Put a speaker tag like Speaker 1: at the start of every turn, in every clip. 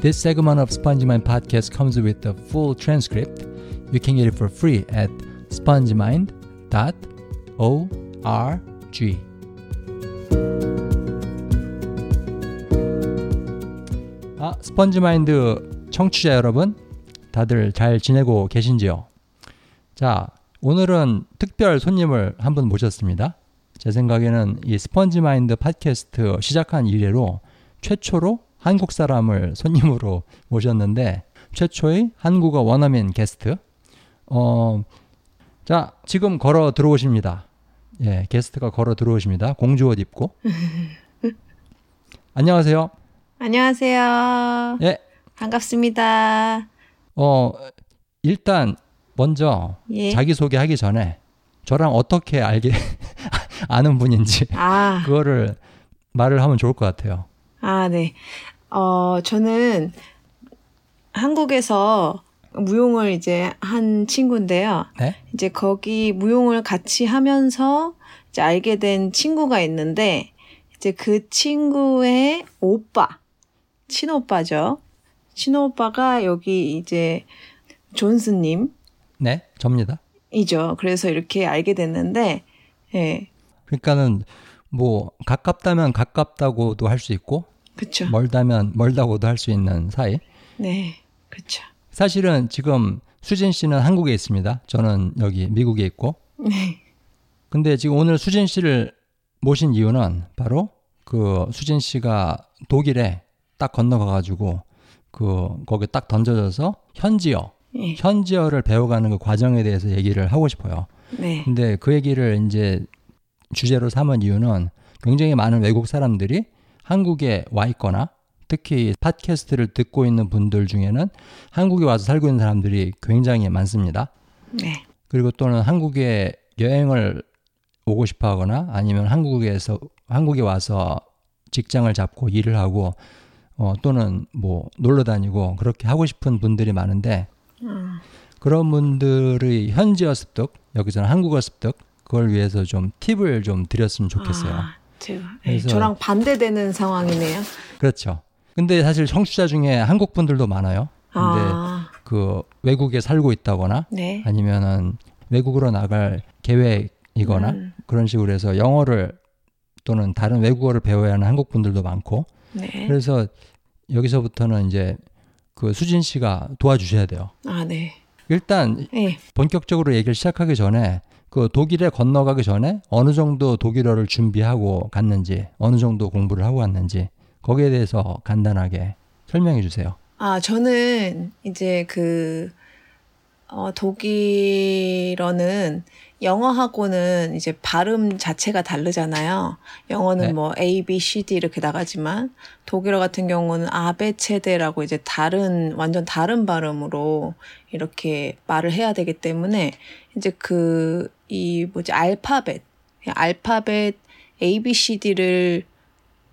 Speaker 1: This segment of SpongeMind podcast comes with the full transcript. You can get it for free at spongemind.org. 아, 스펀지마인드 청취자 여러분, 다들 잘 지내고 계신지요? 자, 오늘은 특별 손님을 한 분 모셨습니다. 제 생각에는 이 스펀지마인드 팟캐스트 시작한 이래로 최초로 한국 사람을 손님으로 모셨는데 최초의 한국어 원어민 게스트. 어, 자 지금 걸어 들어오십니다. 예, 게스트가 걸어 들어오십니다. 공주옷 입고. 안녕하세요.
Speaker 2: 안녕하세요.
Speaker 1: 예,
Speaker 2: 반갑습니다.
Speaker 1: 어 일단 먼저
Speaker 2: 예.
Speaker 1: 자기 소개하기 전에 저랑 어떻게 알게 아는 분인지
Speaker 2: 아,
Speaker 1: 그거를 말을 하면 좋을 것 같아요.
Speaker 2: 아, 네. 어, 저는 한국에서 무용을 이제 한 친구인데요.
Speaker 1: 네?
Speaker 2: 이제 거기 무용을 같이 하면서 이제 알게 된 친구가 있는데, 이제 그 친구의 오빠, 친오빠죠. 친오빠가 여기 이제 존스님,
Speaker 1: 네, 접니다.
Speaker 2: 이죠. 그래서 이렇게 알게 됐는데, 예,
Speaker 1: 그러니까는 뭐 가깝다면 가깝다고도 할 수 있고
Speaker 2: 그쵸.
Speaker 1: 멀다면 멀다고도 할 수 있는 사이.
Speaker 2: 네, 그쵸.
Speaker 1: 사실은 지금 수진 씨는 한국에 있습니다. 저는 여기 미국에 있고.
Speaker 2: 네,
Speaker 1: 근데 지금 오늘 수진 씨를 모신 이유는 바로 그 수진 씨가 독일에 딱 건너가 가지고 그 거기 딱 던져져서 현지어
Speaker 2: 예,
Speaker 1: 현지어를 배워가는 그 과정에 대해서 얘기를 하고 싶어요.
Speaker 2: 네,
Speaker 1: 근데 그 얘기를 이제 주제로 삼은 이유는 굉장히 많은 외국 사람들이 한국에 와 있거나 특히 이 팟캐스트를 듣고 있는 분들 중에는 한국에 와서 살고 있는 사람들이 굉장히 많습니다.
Speaker 2: 네,
Speaker 1: 그리고 또는 한국에 여행을 오고 싶어 하거나 아니면 한국에서 한국에 와서 직장을 잡고 일을 하고 어, 또는 뭐 놀러 다니고 그렇게 하고 싶은 분들이 많은데
Speaker 2: 음,
Speaker 1: 그런 분들의 현지어 습득, 여기서는 한국어 습득, 그걸 위해서 좀 팁을 좀 드렸으면 좋겠어요.
Speaker 2: 아, 제가 예,
Speaker 1: 그래서-
Speaker 2: 저랑 반대되는 상황이네요.
Speaker 1: 그렇죠. 근데 사실 청취자 중에 한국 분들도 많아요. 근데
Speaker 2: 아,
Speaker 1: 그 외국에 살고 있다거나
Speaker 2: 네,
Speaker 1: 아니면은 외국으로 나갈 계획이거나
Speaker 2: 음.
Speaker 1: 그런 식으로 해서 영어를 또는 다른 외국어를 배워야 하는 한국 분들도 많고
Speaker 2: 네,
Speaker 1: 그래서 여기서부터는 이제 그 수진 씨가 도와주셔야 돼요.
Speaker 2: 아, 네,
Speaker 1: 일단
Speaker 2: 예,
Speaker 1: 본격적으로 얘기를 시작하기 전에 그 독일에 건너가기 전에 어느 정도 독일어를 준비하고 갔는지 어느 정도 공부를 하고 갔는지 거기에 대해서 간단하게 설명해 주세요.
Speaker 2: 아, 저는 이제 그 어, 독일어는 영어하고는 이제 발음 자체가 다르잖아요. 영어는
Speaker 1: 네.
Speaker 2: 뭐 A, B, C, D 이렇게 나가지만 독일어 같은 경우는 아, 아베체데라고 이제 다른 완전 다른 발음으로 이렇게 말을 해야 되기 때문에 이제 그 이 뭐지 알파벳 그냥 알파벳 A, B, C, D를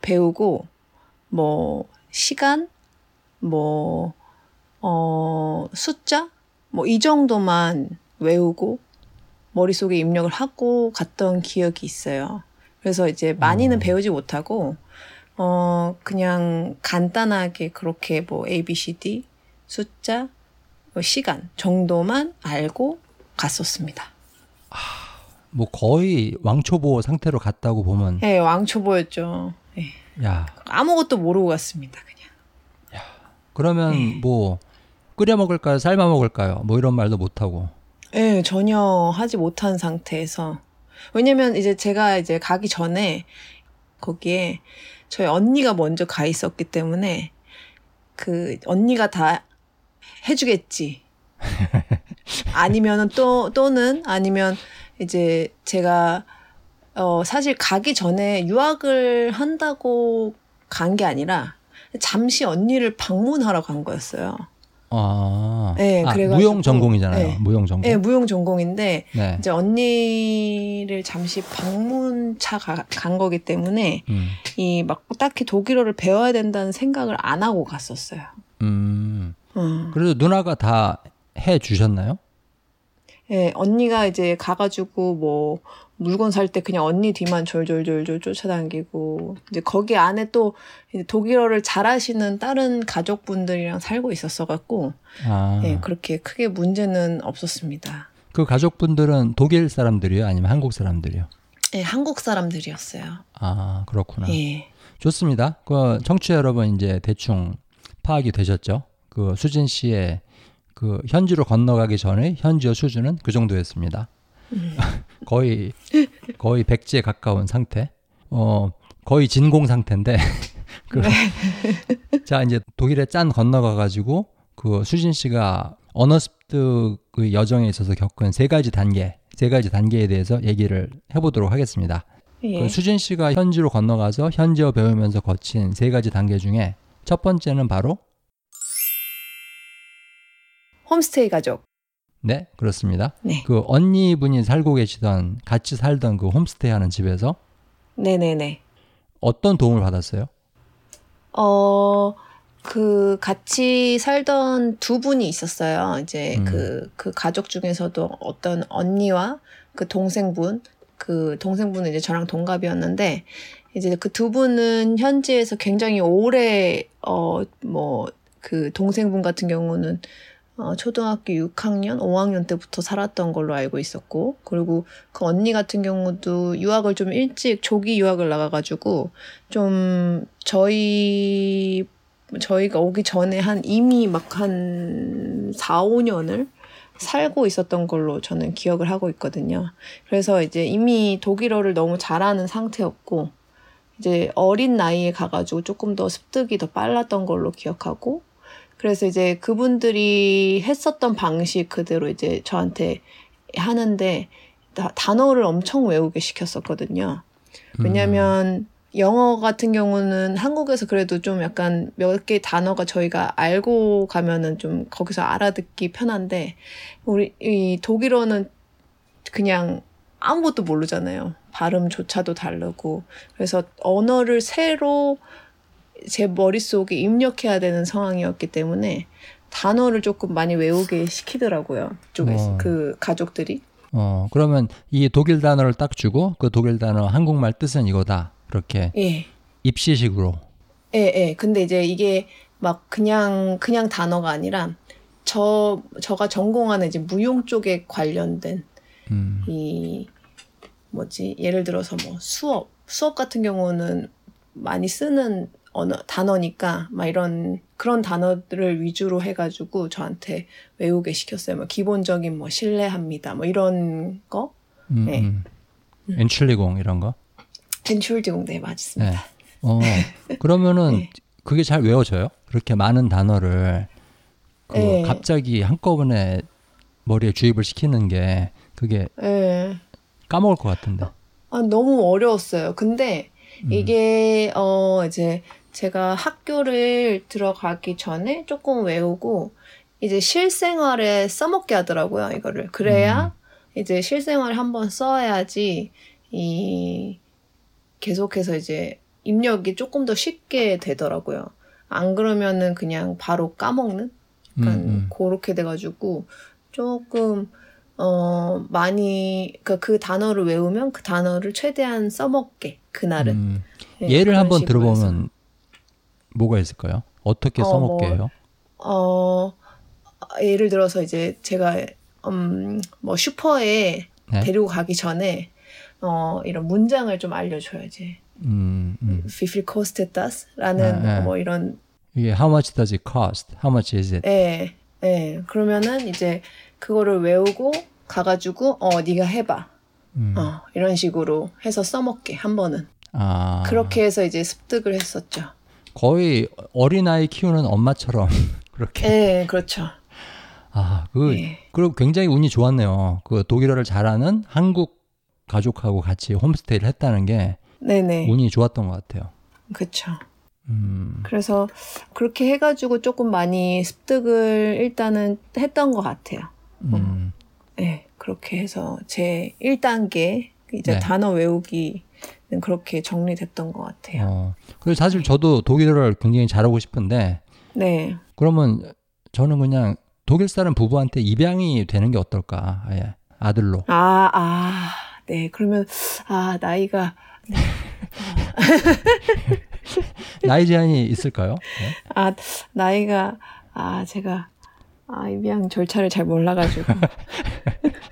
Speaker 2: 배우고 뭐 시간 뭐, 어, 숫자? 뭐, 이 정도만 외우고 머릿속에 입력을 하고 갔던 기억이 있어요. 그래서 이제 많이는
Speaker 1: 음.
Speaker 2: 배우지 못하고, 어, 그냥 간단하게 그렇게 뭐, A, B, C, D, 숫자, 뭐 시간 정도만 알고 갔었습니다.
Speaker 1: 뭐 거의 왕초보 상태로 갔다고 보면
Speaker 2: 예, 왕초보였죠. 예,
Speaker 1: 야
Speaker 2: 아무것도 모르고 갔습니다, 그냥.
Speaker 1: 그러면
Speaker 2: 네.
Speaker 1: 뭐 끓여 먹을까요? 삶아 먹을까요? 뭐 이런 말도 못 하고
Speaker 2: 예, 전혀 하지 못한 상태에서. 왜냐면 이제 제가 이제 가기 전에 거기에 저희 언니가 먼저 가 있었기 때문에 그 언니가 다 해주겠지. 아니면은 또, 또는 아니면 이제 제가 어, 사실 가기 전에 유학을 한다고 간 게 아니라 잠시 언니를 방문하러 간 거였어요.
Speaker 1: 아,
Speaker 2: 네,
Speaker 1: 아,
Speaker 2: 그래가지고-
Speaker 1: 무용 전공이잖아요.
Speaker 2: 네.
Speaker 1: 무용 전공.
Speaker 2: 예, 무용 전공인데
Speaker 1: 네.
Speaker 2: 이제 언니를 잠시 방문차 가, 간 거기 때문에
Speaker 1: 음.
Speaker 2: 이 막 딱히 독일어를 배워야 된다는 생각을 안 하고 갔었어요.
Speaker 1: 음.
Speaker 2: 음.
Speaker 1: 그래도 누나가 다 해 주셨나요?
Speaker 2: 예, 언니가 이제 가가지고 뭐 뭐 물건 살 때 그냥 언니 뒤만 졸졸졸졸 쫓아다니고 이제 거기 안에 또 이제 독일어를 잘하시는 다른 가족분들이랑 살고 있었어 갖고
Speaker 1: 아,
Speaker 2: 예, 그렇게 크게 문제는 없었습니다.
Speaker 1: 그 가족분들은 독일 사람들이요, 아니면 한국 사람들이요?
Speaker 2: 예, 한국 사람들이었어요.
Speaker 1: 아, 그렇구나.
Speaker 2: 예.
Speaker 1: 좋습니다. 그 청취자 여러분 이제 대충 파악이 되셨죠? 그 수진 씨의 그 현지로 건너가기 전에 현지어 수준은 그 정도였습니다. 거의 거의 백지에 가까운 상태. 어 거의 진공 상태인데. 그, 자 이제 독일에 짠 건너가 가지고 그 수진 씨가 언어 습득의 여정에 있어서 겪은 세 가지 단계, 세 가지 단계에 대해서 얘기를 해보도록 하겠습니다.
Speaker 2: 예.
Speaker 1: 그 수진 씨가 현지로 건너가서 현지어 배우면서 거친 세 가지 단계 중에 첫 번째는 바로
Speaker 2: 홈스테이 가족.
Speaker 1: 네 그렇습니다.
Speaker 2: 네.
Speaker 1: 그 언니분이 살고 계시던 같이 살던 그 홈스테이 하는 집에서
Speaker 2: 네, 네, 네.
Speaker 1: 어떤 도움을 받았어요?
Speaker 2: 어, 그 같이 살던 두 분이 있었어요. 이제
Speaker 1: 음.
Speaker 2: 그, 그 가족 중에서도 어떤 언니와 그 동생분, 그 동생분은 이제 저랑 동갑이었는데, 이제 그 두 분은 현지에서 굉장히 오래, 어, 뭐, 그 동생분 같은 경우는 어, 초등학교 6학년, 5학년 때부터 살았던 걸로 알고 있었고, 그리고 그 언니 같은 경우도 유학을 좀 일찍, 조기 유학을 나가가지고, 좀 저희 저희가 오기 전에 한 이미 막 한 4, 5년을 살고 있었던 걸로 저는 기억을 하고 있거든요. 그래서 이제 이미 독일어를 너무 잘하는 상태였고 이제 어린 나이에 가가지고 조금 더 습득이 더 빨랐던 걸로 기억하고 그래서 이제 그분들이 했었던 방식 그대로 이제 저한테 하는데 다- 단어를 엄청 외우게 시켰었거든요.
Speaker 1: 음,
Speaker 2: 왜냐면 영어 같은 경우는 한국에서 그래도 좀 약간 몇 개 단어가 저희가 알고 가면은 좀 거기서 알아듣기 편한데 우리 이 독일어는 그냥 아무것도 모르잖아요. 발음조차도 다르고 그래서 언어를 새로 제 머릿속에 입력해야 되는 상황이었기 때문에 단어를 조금 많이 외우게 시키더라고요. 쪽에서
Speaker 1: 어.
Speaker 2: 그 가족들이.
Speaker 1: 어 그러면 이 독일 단어를 딱 주고 그 독일 단어 한국말 뜻은 이거다 이렇게
Speaker 2: 예.
Speaker 1: 입시식으로
Speaker 2: 예, 예. 근데 이제 이게 막 그냥, 그냥 단어가 아니라 저, 저가 전공하는 이제 무용 쪽에 관련된
Speaker 1: 음,
Speaker 2: 이, 뭐지, 예를 들어서 뭐 수업. 수업 같은 경우는 많이 쓰는 언어, 단어니까 막 이런, 그런 단어들을 위주로 해가지고 저한테 외우게 시켰어요. 뭐 기본적인 뭐 신뢰합니다. 뭐 이런 거.
Speaker 1: 음,
Speaker 2: 네.
Speaker 1: 음. 엔출리공 이런 거.
Speaker 2: 엔출디공, 네, 맞습니다.
Speaker 1: 네. 어 그러면은 그게 잘 외워져요? 그렇게 많은 단어를 그
Speaker 2: 네.
Speaker 1: 갑자기 한꺼번에 머리에 주입을 시키는 게 그게
Speaker 2: 예.
Speaker 1: 까먹을 것 같은데.
Speaker 2: 아, 너무 어려웠어요. 근데
Speaker 1: 음.
Speaker 2: 이게 어 이제 제가 학교를 들어가기 전에 조금 외우고 이제 실생활에 써먹게 하더라고요, 이거를.
Speaker 1: 음.
Speaker 2: 그래야 이제 실생활 한번 써야지 이 계속해서 이제 입력이 조금 더 쉽게 되더라고요. 안 그러면은 그냥 바로 까먹는
Speaker 1: 음,
Speaker 2: 약간
Speaker 1: 음.
Speaker 2: 그렇게 돼가지고 조금 어 많이 그러니까 그 단어를 외우면 그 단어를 최대한 써먹게 그날은
Speaker 1: 음.
Speaker 2: 네,
Speaker 1: 예를
Speaker 2: 그런
Speaker 1: 한번
Speaker 2: 식으로 해서.
Speaker 1: 들어보면 뭐가 있을까요? 어떻게
Speaker 2: 어,
Speaker 1: 써먹게
Speaker 2: 뭐,
Speaker 1: 해요?
Speaker 2: 어 예를 들어서 이제 제가 음뭐 슈퍼에
Speaker 1: 네.
Speaker 2: 데리고 가기 전에 어 이런 문장을 좀 알려줘야지
Speaker 1: 음, 음.
Speaker 2: Wie viel kostet das?라는
Speaker 1: 네, 네.
Speaker 2: 뭐 이런
Speaker 1: 이게 how much does it cost? How much is it?
Speaker 2: 예, 예. 그러면은 이제 그거를 외우고 가가지고 어 네가 해봐
Speaker 1: 음.
Speaker 2: 어, 이런 식으로 해서 써먹게 한 번은
Speaker 1: 아,
Speaker 2: 그렇게 해서 이제 습득을 했었죠.
Speaker 1: 거의 어린아이 키우는
Speaker 2: 네.
Speaker 1: 엄마처럼 그렇게.
Speaker 2: 예, 그렇죠.
Speaker 1: 아, 그
Speaker 2: 예.
Speaker 1: 그리고 굉장히 운이 좋았네요. 그 독일어를 잘하는 한국 가족하고 같이 홈스테이를 했다는 게
Speaker 2: 네, 네,
Speaker 1: 운이 좋았던 것 같아요.
Speaker 2: 그렇죠.
Speaker 1: 음,
Speaker 2: 그래서 그렇게 해가지고 조금 많이 습득을 일단은 했던 것 같아요.
Speaker 1: 음.
Speaker 2: 예, 그렇게 해서 제 1단계 이제
Speaker 1: 네.
Speaker 2: 단어 외우기는 그렇게 정리됐던 것 같아요.
Speaker 1: 어. 그래서 사실 저도 독일어를 굉장히 잘하고 싶은데
Speaker 2: 네,
Speaker 1: 그러면 저는 그냥 예, 독일 사람 부부한테 입양이 되는 게 어떨까? 아예 아들로.
Speaker 2: 아, 아, 네, 그러면 아 나이가
Speaker 1: 나이 제한이 있을까요? 네.
Speaker 2: 아 나이가 아 제가 아 입양 절차를 잘 몰라가지고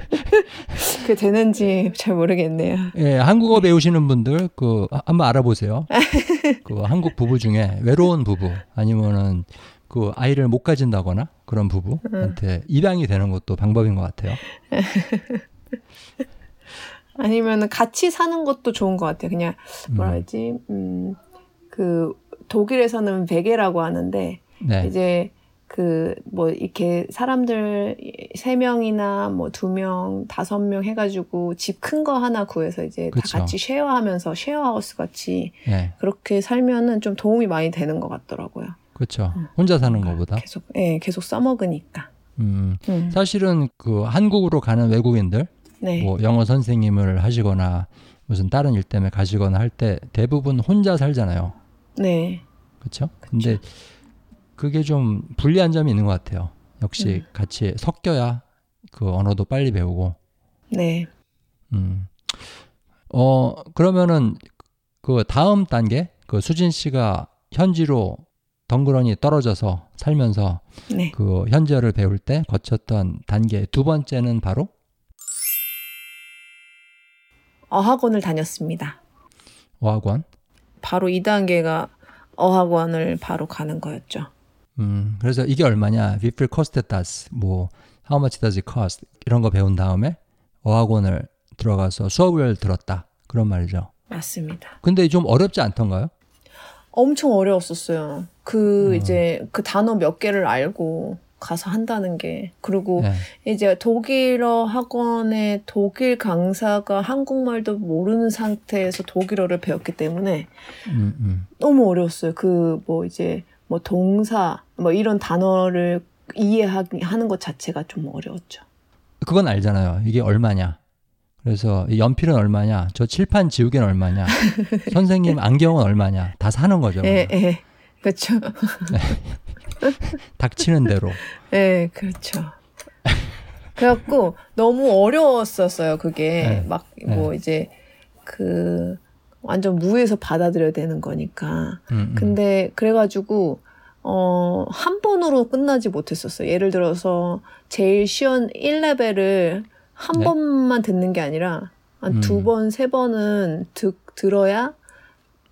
Speaker 2: 그게 되는지 잘 모르겠네요.
Speaker 1: 예, 한국어 배우시는 분들 그 하- 한번 알아보세요. 그 한국 부부 중에 외로운 부부 아니면은 그 아이를 못 가진다거나 그런
Speaker 2: 음.
Speaker 1: 부부한테 입양이 되는 것도 방법인 것 같아요.
Speaker 2: 아니면 같이 사는 것도 좋은 것 같아요. 그냥 뭐라
Speaker 1: 음,
Speaker 2: 하지? 음, 그 독일에서는 베개라고 하는데
Speaker 1: 네,
Speaker 2: 이제 그 뭐 이렇게 사람들 세 명이나 뭐 두 명, 다섯 명 해가지고 집 큰 거 하나 구해서 이제
Speaker 1: 그쵸.
Speaker 2: 다 같이 쉐어하면서 쉐어하우스 같이
Speaker 1: 네,
Speaker 2: 그렇게 살면은 좀 도움이 많이 되는 것 같더라고요.
Speaker 1: 그렇죠.
Speaker 2: 음.
Speaker 1: 혼자 사는 것보다.
Speaker 2: 계속 예, 계속 써먹으니까.
Speaker 1: 음,
Speaker 2: 음,
Speaker 1: 사실은 그 한국으로 가는 외국인들
Speaker 2: 네,
Speaker 1: 뭐 영어 선생님을 하시거나 무슨 다른 일 때문에 가시거나 할 때 대부분 혼자 살잖아요.
Speaker 2: 네,
Speaker 1: 그렇죠? 근데 그게 좀 불리한 점이 있는 것 같아요. 역시 같이 섞여야 그 언어도 빨리 배우고.
Speaker 2: 네.
Speaker 1: 음. 어 그러면은 그 다음 단계 그 수진 씨가 현지로 덩그러니 떨어져서 살면서
Speaker 2: 네.
Speaker 1: 그 현지어를 배울 때 거쳤던 단계 두 번째는 바로
Speaker 2: 어학원을 다녔습니다.
Speaker 1: 어학원.
Speaker 2: 바로 이 단계가 어학원을 바로 가는 거였죠.
Speaker 1: 음, 그래서 이게 얼마냐, wie viel kostet das, 뭐, how much does it cost, 이런 거 배운 다음에 어학원을 들어가서 수업을 들었다. 그런 말이죠.
Speaker 2: 맞습니다.
Speaker 1: 근데 좀 어렵지 않던가요?
Speaker 2: 엄청 어려웠었어요. 그
Speaker 1: 음.
Speaker 2: 이제 그 단어 몇 개를 알고 가서 한다는 게 그리고
Speaker 1: 네.
Speaker 2: 이제 독일어 학원의 독일 강사가 한국말도 모르는 상태에서 독일어를 배웠기 때문에
Speaker 1: 음, 음.
Speaker 2: 너무 어려웠어요. 그 뭐 이제 뭐 동사 뭐 이런 단어를 이해하는 것 자체가 좀 어려웠죠.
Speaker 1: 그건 알잖아요. 이게 얼마냐. 그래서 이 연필은 얼마냐, 저 칠판 지우개는 얼마냐, 선생님 안경은 얼마냐, 다 사는 거죠.
Speaker 2: 예,
Speaker 1: 그냥.
Speaker 2: 예. 그렇죠.
Speaker 1: 닥치는 대로.
Speaker 2: 예, 그렇죠. 그래갖고 너무 어려웠었어요. 그게
Speaker 1: 네,
Speaker 2: 막 뭐 이제 그 완전 무에서 받아들여야 되는 거니까.
Speaker 1: 음, 음.
Speaker 2: 근데 그래가지고 어 한 번으로 끝나지 못했었어요. 예를 들어서 제일 쉬운 1레벨을 한
Speaker 1: 네.
Speaker 2: 번만 듣는 게 아니라 한 두
Speaker 1: 음.
Speaker 2: 번, 세 번은 듣 들어야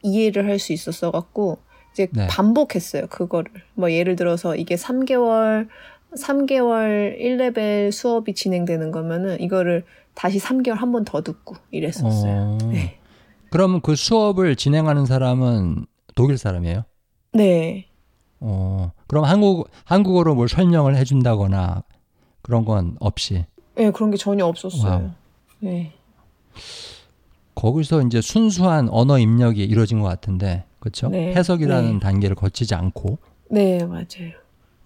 Speaker 2: 이해를 할 수 있었어 갖고 이제
Speaker 1: 네.
Speaker 2: 반복했어요. 그거를. 뭐 예를 들어서 이게 3개월 3개월 1레벨 수업이 진행되는 거면은 이거를 다시 3개월 한 번 더 듣고 이랬었어요.
Speaker 1: 어,
Speaker 2: 네.
Speaker 1: 그럼 그 수업을 진행하는 사람은 독일 사람이에요?
Speaker 2: 네.
Speaker 1: 어, 그럼 한국, 한국어로 뭘 설명을 해준다거나 그런 건 없이.
Speaker 2: 예, 그런 게 전혀 없었어요.
Speaker 1: 와우.
Speaker 2: 네.
Speaker 1: 거기서 이제 순수한 언어 입력이 이루어진 것 같은데, 그쵸?
Speaker 2: 네,
Speaker 1: 해석이라는
Speaker 2: 네.
Speaker 1: 단계를 거치지 않고,
Speaker 2: 네, 맞아요.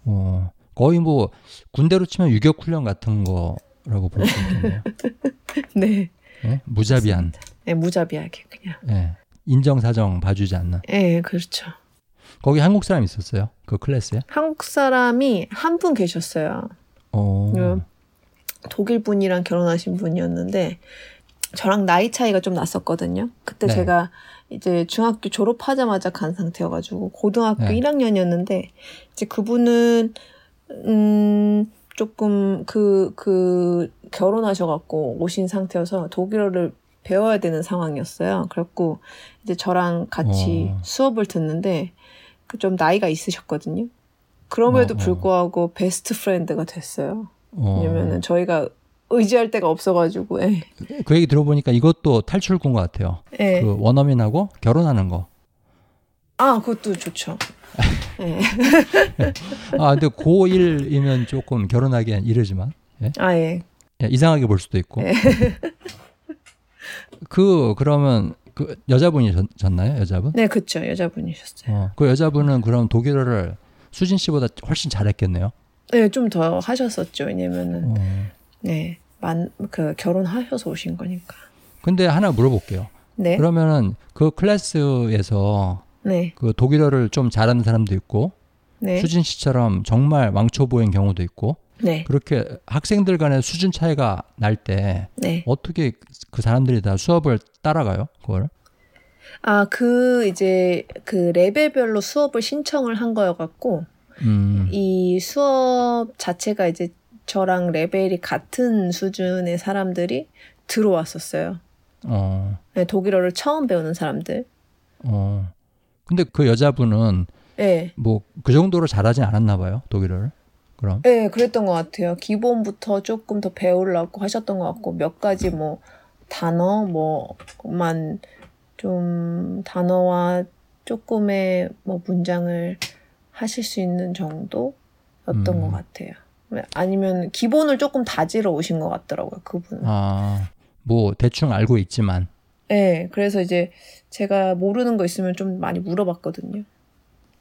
Speaker 1: 어, 거의 뭐, 군대로 치면 유격훈련 같은 거라고 볼 수 있겠네요.
Speaker 2: 네.
Speaker 1: 예? 무자비한,
Speaker 2: 네, 무자비하게 그냥.
Speaker 1: 예. 인정사정 봐주지 않는.
Speaker 2: 예, 네, 그렇죠.
Speaker 1: 거기 한국 사람 있었어요? 그 클래스에?
Speaker 2: 한국 사람이 한 분 계셨어요.
Speaker 1: 어,
Speaker 2: 음. 독일 분이랑 결혼하신 분이었는데 저랑 나이 차이가 좀 났었거든요. 그때
Speaker 1: 네.
Speaker 2: 제가 이제 중학교 졸업하자마자 간 상태여가지고 고등학교
Speaker 1: 네.
Speaker 2: 1학년이었는데 이제 그분은 음 조금 그 그 결혼하셔갖고 오신 상태여서 독일어를 배워야 되는 상황이었어요. 그래갖고 이제 저랑 같이
Speaker 1: 어.
Speaker 2: 수업을 듣는데 그 좀 나이가 있으셨거든요. 그럼에도
Speaker 1: 어, 어.
Speaker 2: 불구하고 베스트 프렌드가 됐어요.
Speaker 1: 어.
Speaker 2: 왜냐면은 저희가 의지할 데가 없어가지고 예.
Speaker 1: 그 얘기 들어보니까 이것도 탈출군 것 같아요.
Speaker 2: 예.
Speaker 1: 그 원어민하고 결혼하는 거.
Speaker 2: 아 그것도 좋죠. 예.
Speaker 1: 아, 근데 고1이면 조금 결혼하기엔 이르지만
Speaker 2: 아 예.
Speaker 1: 예, 이상하게 볼 수도 있고.
Speaker 2: 네.
Speaker 1: 그 그러면 그 여자분이셨나요, 여자분?
Speaker 2: 네 그쵸 여자분이셨어요.
Speaker 1: 어, 그 여자분은 그럼 독일어를 수진 씨보다 훨씬 잘했겠네요.
Speaker 2: 네좀 더 하셨었죠. 왜냐면은 네.
Speaker 1: 어.
Speaker 2: 네만그 결혼하셔서 오신 거니까.
Speaker 1: 근데 하나 물어볼게요.
Speaker 2: 네.
Speaker 1: 그러면은 그 클래스에서
Speaker 2: 네.
Speaker 1: 그 독일어를 좀 잘하는 사람도 있고
Speaker 2: 네.
Speaker 1: 수진 씨처럼 정말 왕초보인 경우도 있고
Speaker 2: 네.
Speaker 1: 그렇게 학생들 간의 수준 차이가 날 때
Speaker 2: 네.
Speaker 1: 어떻게 그 사람들이 다 수업을 따라가요? 그걸?
Speaker 2: 아, 그 이제 그 레벨별로 수업을 신청을 한 거여갖고
Speaker 1: 음.
Speaker 2: 이 수업 자체가 이제 저랑 레벨이 같은 수준의 사람들이 들어왔었어요.
Speaker 1: 어.
Speaker 2: 네, 독일어를 처음 배우는 사람들.
Speaker 1: 어. 근데 그 여자분은
Speaker 2: 예.
Speaker 1: 뭐 그 정도로 잘하진 않았나 봐요. 독일어를. 그럼.
Speaker 2: 예, 그랬던 것 같아요. 기본부터 조금 더 배우려고 하셨던 것 같고, 몇 가지 뭐, 단어, 뭐, 만, 좀, 단어와 조금의 뭐, 문장을 하실 수 있는 정도였던
Speaker 1: 음.
Speaker 2: 것 같아요. 아니면, 기본을 조금 다지러 오신 것 같더라고요, 그분은.
Speaker 1: 아. 뭐 대충 알고 있지만
Speaker 2: 예, 그래서 이제 제가 모르는 거 있으면 좀 많이 물어봤거든요.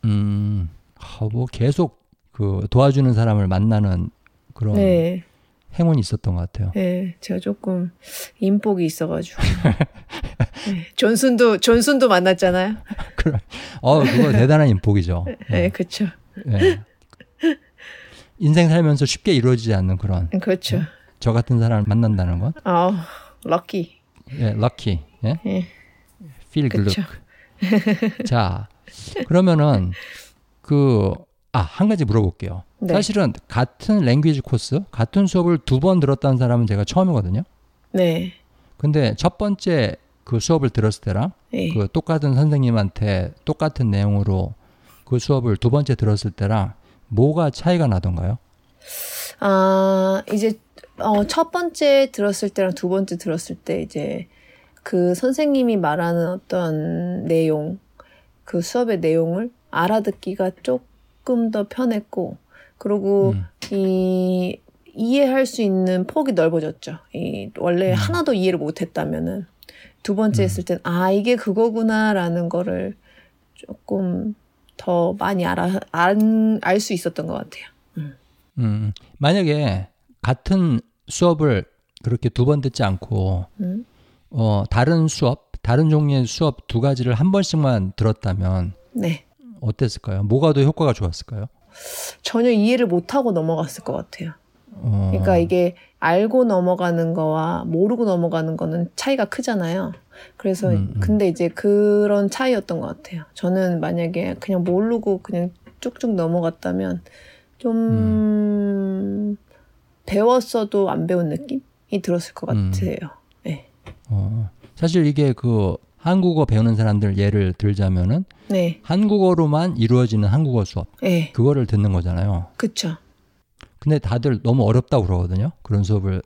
Speaker 1: 음. 아, 뭐 계속 그 도와주는 사람을 만나는 그런
Speaker 2: 네,
Speaker 1: 행운이 있었던 것 같아요.
Speaker 2: 예, 제가 조금 인복이 있어가지고. 예, 존슨도, 존슨도 만났잖아요.
Speaker 1: 어, 그거 대단한 인복이죠.
Speaker 2: 네, 그렇죠.
Speaker 1: 예. 인생 살면서 쉽게 이루어지지 않는 그런
Speaker 2: 그렇죠.
Speaker 1: 저 같은 사람을 만난다는 건
Speaker 2: 아, 럭키.
Speaker 1: 예, 럭키. 예?
Speaker 2: 예.
Speaker 1: 필 글룩.
Speaker 2: 그쵸.
Speaker 1: 자, 그러면은 그 아, 한 가지 물어볼게요.
Speaker 2: 네.
Speaker 1: 사실은 같은 랭귀지 코스, 같은 수업을 두 번 들었다는 사람은 제가 처음이거든요.
Speaker 2: 네.
Speaker 1: 근데 첫 번째 그 수업을 들었을 때랑
Speaker 2: 예.
Speaker 1: 그 똑같은 선생님한테 똑같은 내용으로 그 수업을 두 번째 들었을 때랑 뭐가 차이가 나던가요?
Speaker 2: 아, 이제 어, 첫 번째 들었을 때랑 두 번째 들었을 때 이제 그 선생님이 말하는 어떤 내용, 그 수업의 내용을 알아듣기가 조금 더 편했고, 그리고
Speaker 1: 음.
Speaker 2: 이 이해할 수 있는 폭이 넓어졌죠. 이 원래 하나도 이해를 못했다면은 두 번째
Speaker 1: 음.
Speaker 2: 했을 땐 아 이게 그거구나라는 거를 조금 더 많이 알아 알 수 있었던 것 같아요.
Speaker 1: 음, 만약에 같은 수업을 그렇게 두 번 듣지 않고
Speaker 2: 음.
Speaker 1: 어, 다른 수업, 다른 종류의 수업 두 가지를 한 번씩만 들었다면
Speaker 2: 네,
Speaker 1: 어땠을까요? 뭐가 더 효과가 좋았을까요?
Speaker 2: 전혀 이해를 못 하고 넘어갔을 것 같아요.
Speaker 1: 어,
Speaker 2: 그러니까 이게 알고 넘어가는 거와 모르고 넘어가는 거는 차이가 크잖아요. 그래서
Speaker 1: 음, 음.
Speaker 2: 근데 이제 그런 차이였던 것 같아요. 저는 만약에 그냥 모르고 그냥 쭉쭉 넘어갔다면 좀
Speaker 1: 음.
Speaker 2: 배웠어도 안 배운 느낌이 들었을 것
Speaker 1: 음.
Speaker 2: 같아요.
Speaker 1: 어, 사실 이게 그 한국어 배우는 사람들 예를 들자면은
Speaker 2: 네,
Speaker 1: 한국어로만 이루어지는 한국어 수업
Speaker 2: 예,
Speaker 1: 그거를 듣는 거잖아요.
Speaker 2: 그쵸.
Speaker 1: 근데 다들 너무 어렵다고 그러거든요. 그런 수업을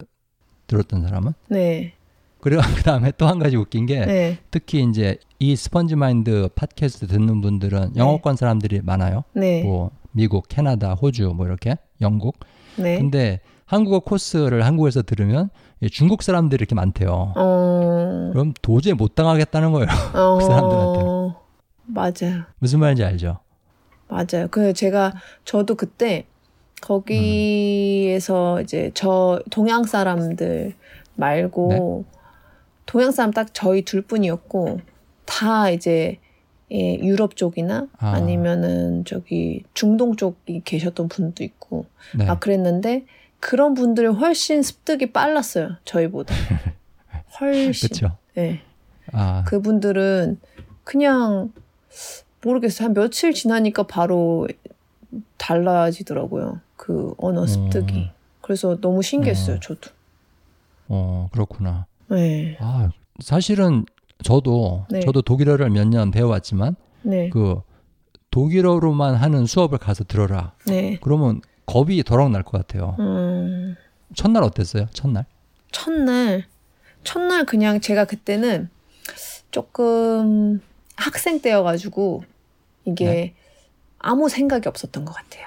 Speaker 1: 들었던 사람은.
Speaker 2: 네,
Speaker 1: 그리고 그 다음에 또 한 가지 웃긴 게
Speaker 2: 네,
Speaker 1: 특히 이제 이 스펀지 마인드 팟캐스트 듣는 분들은 영어권 사람들이 많아요.
Speaker 2: 네,
Speaker 1: 뭐 미국, 캐나다, 호주 뭐 이렇게 영국.
Speaker 2: 네.
Speaker 1: 근데 한국어 코스를 한국에서 들으면 이 중국 사람들이 이렇게 많대요.
Speaker 2: 어,
Speaker 1: 그럼 도저히 못 당하겠다는 거예요.
Speaker 2: 어,
Speaker 1: 그 사람들한테.
Speaker 2: 맞아요.
Speaker 1: 무슨 말인지 알죠?
Speaker 2: 맞아요. 그 제가 저도 그때 거기에서 이제 저 동양 사람들 말고
Speaker 1: 네.
Speaker 2: 동양 사람 딱 저희 둘뿐이었고 다 이제 예, 유럽 쪽이나
Speaker 1: 아.
Speaker 2: 아. 니면은 저기 중동 쪽이 계셨던 분도 있고
Speaker 1: 네.
Speaker 2: 막 그랬는데 그런 분들이 훨씬 습득이 빨랐어요 저희보다 훨씬
Speaker 1: 그렇죠.
Speaker 2: 예.
Speaker 1: 아,
Speaker 2: 그분들은 그냥 모르겠어요. 한 며칠 지나니까 바로 달라지더라고요. 그 언어 습득이.
Speaker 1: 음.
Speaker 2: 그래서 너무 신기했어요,
Speaker 1: 어.
Speaker 2: 저도.
Speaker 1: 어, 그렇구나.
Speaker 2: 네.
Speaker 1: 아, 사실은 저도
Speaker 2: 네.
Speaker 1: 저도 독일어를 몇 년 배워왔지만
Speaker 2: 네.
Speaker 1: 그 독일어로만 하는 수업을 가서 들어라.
Speaker 2: 네.
Speaker 1: 그러면 겁이 더럭 날 것 같아요.
Speaker 2: 음,
Speaker 1: 첫날 어땠어요? 첫날?
Speaker 2: 첫날. 첫날 그냥 제가 그때는 조금 학생 때여가지고 이게
Speaker 1: 네.
Speaker 2: 아무 생각이 없었던 것 같아요.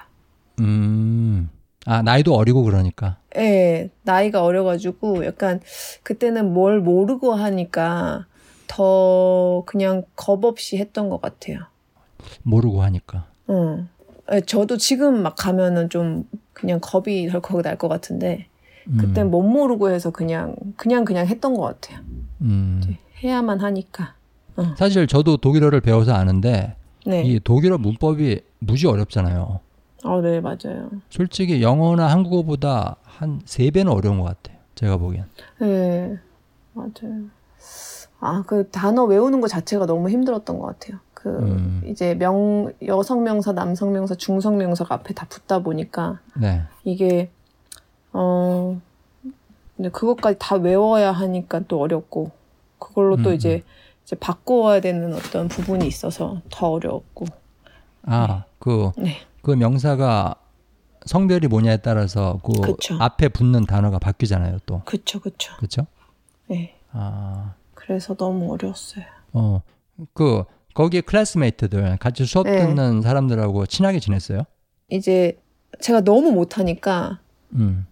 Speaker 1: 음. 아, 나이도 어리고 그러니까.
Speaker 2: 예, 나이가 어려가지고 약간 그때는 뭘 모르고 하니까 더 그냥 겁 없이 했던 것 같아요.
Speaker 1: 모르고 하니까.
Speaker 2: 응. 예, 저도 지금 막 가면은 좀 그냥 겁이 덜컥 날 것 같은데
Speaker 1: 음,
Speaker 2: 그때 뭐 못 모르고 해서 그냥 그냥 그냥 했던 것 같아요.
Speaker 1: 음.
Speaker 2: 해야만 하니까.
Speaker 1: 사실 저도 독일어를 배워서 아는데
Speaker 2: 네.
Speaker 1: 이 독일어 문법이 무지 어렵잖아요.
Speaker 2: 어, 네, 맞아요.
Speaker 1: 솔직히 영어나 한국어보다 한 세배는 어려운 것 같아요. 제가 보기엔.
Speaker 2: 네, 맞아요. 아, 그 단어 외우는 것 자체가 너무 힘들었던 것 같아요. 그,
Speaker 1: 음.
Speaker 2: 이제 명, 여성명사, 남성명사, 중성명사가 앞에 다 붙다 보니까
Speaker 1: 네.
Speaker 2: 이게, 어, 근데 그것까지 다 외워야 하니까 또 어렵고, 그걸로 또
Speaker 1: 음,
Speaker 2: 이제, 이제 바꿔야 되는 어떤 부분이 있어서 더 어려웠고,
Speaker 1: 아, 그,
Speaker 2: 네.
Speaker 1: 그 명사가 성별이 뭐냐에 따라서 그
Speaker 2: 그쵸.
Speaker 1: 앞에 붙는 단어가 바뀌잖아요, 또.
Speaker 2: 그쵸, 그쵸.
Speaker 1: 그렇죠?
Speaker 2: 네.
Speaker 1: 아.
Speaker 2: 그래서 너무 어려웠어요.
Speaker 1: 어. 그 거기에 클래스메이트들 같이 수업
Speaker 2: 네.
Speaker 1: 듣는 사람들하고 친하게 지냈어요?
Speaker 2: 이제 제가 너무 못하니까
Speaker 1: 음.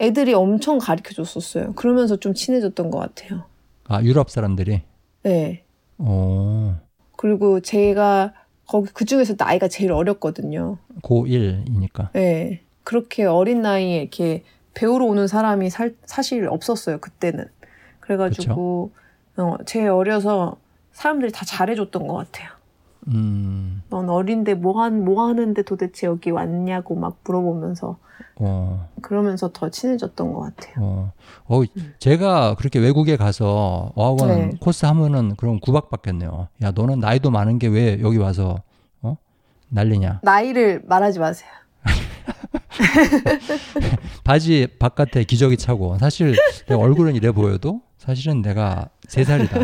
Speaker 2: 애들이 엄청 가르쳐 줬었어요. 그러면서 좀 친해졌던 것 같아요.
Speaker 1: 아, 유럽 사람들이.
Speaker 2: 네.
Speaker 1: 어.
Speaker 2: 그리고 제가 거기 그 중에서 나이가 제일 어렸거든요.
Speaker 1: 고1이니까.
Speaker 2: 네. 그렇게 어린 나이에 이렇게 배우러 오는 사람이 살- 사실 없었어요. 그때는. 그래가지고 어, 제일 어려서 사람들이 다 잘해줬던 것 같아요.
Speaker 1: 음.
Speaker 2: 넌 어린데 뭐, 한, 뭐 하는데 도대체 여기 왔냐고 막 물어보면서
Speaker 1: 어.
Speaker 2: 그러면서 더 친해졌던 것 같아요.
Speaker 1: 어. 어, 제가 그렇게 외국에 가서 어학원
Speaker 2: 네.
Speaker 1: 코스 하면은 그럼 구박받겠네요. 야, 너는 나이도 많은 게 왜 여기 와서 어? 난리냐.
Speaker 2: 나이를 말하지 마세요.
Speaker 1: 바지 바깥에 기저귀 차고 사실 내 얼굴은 이래 보여도 사실은 내가 세 살이다.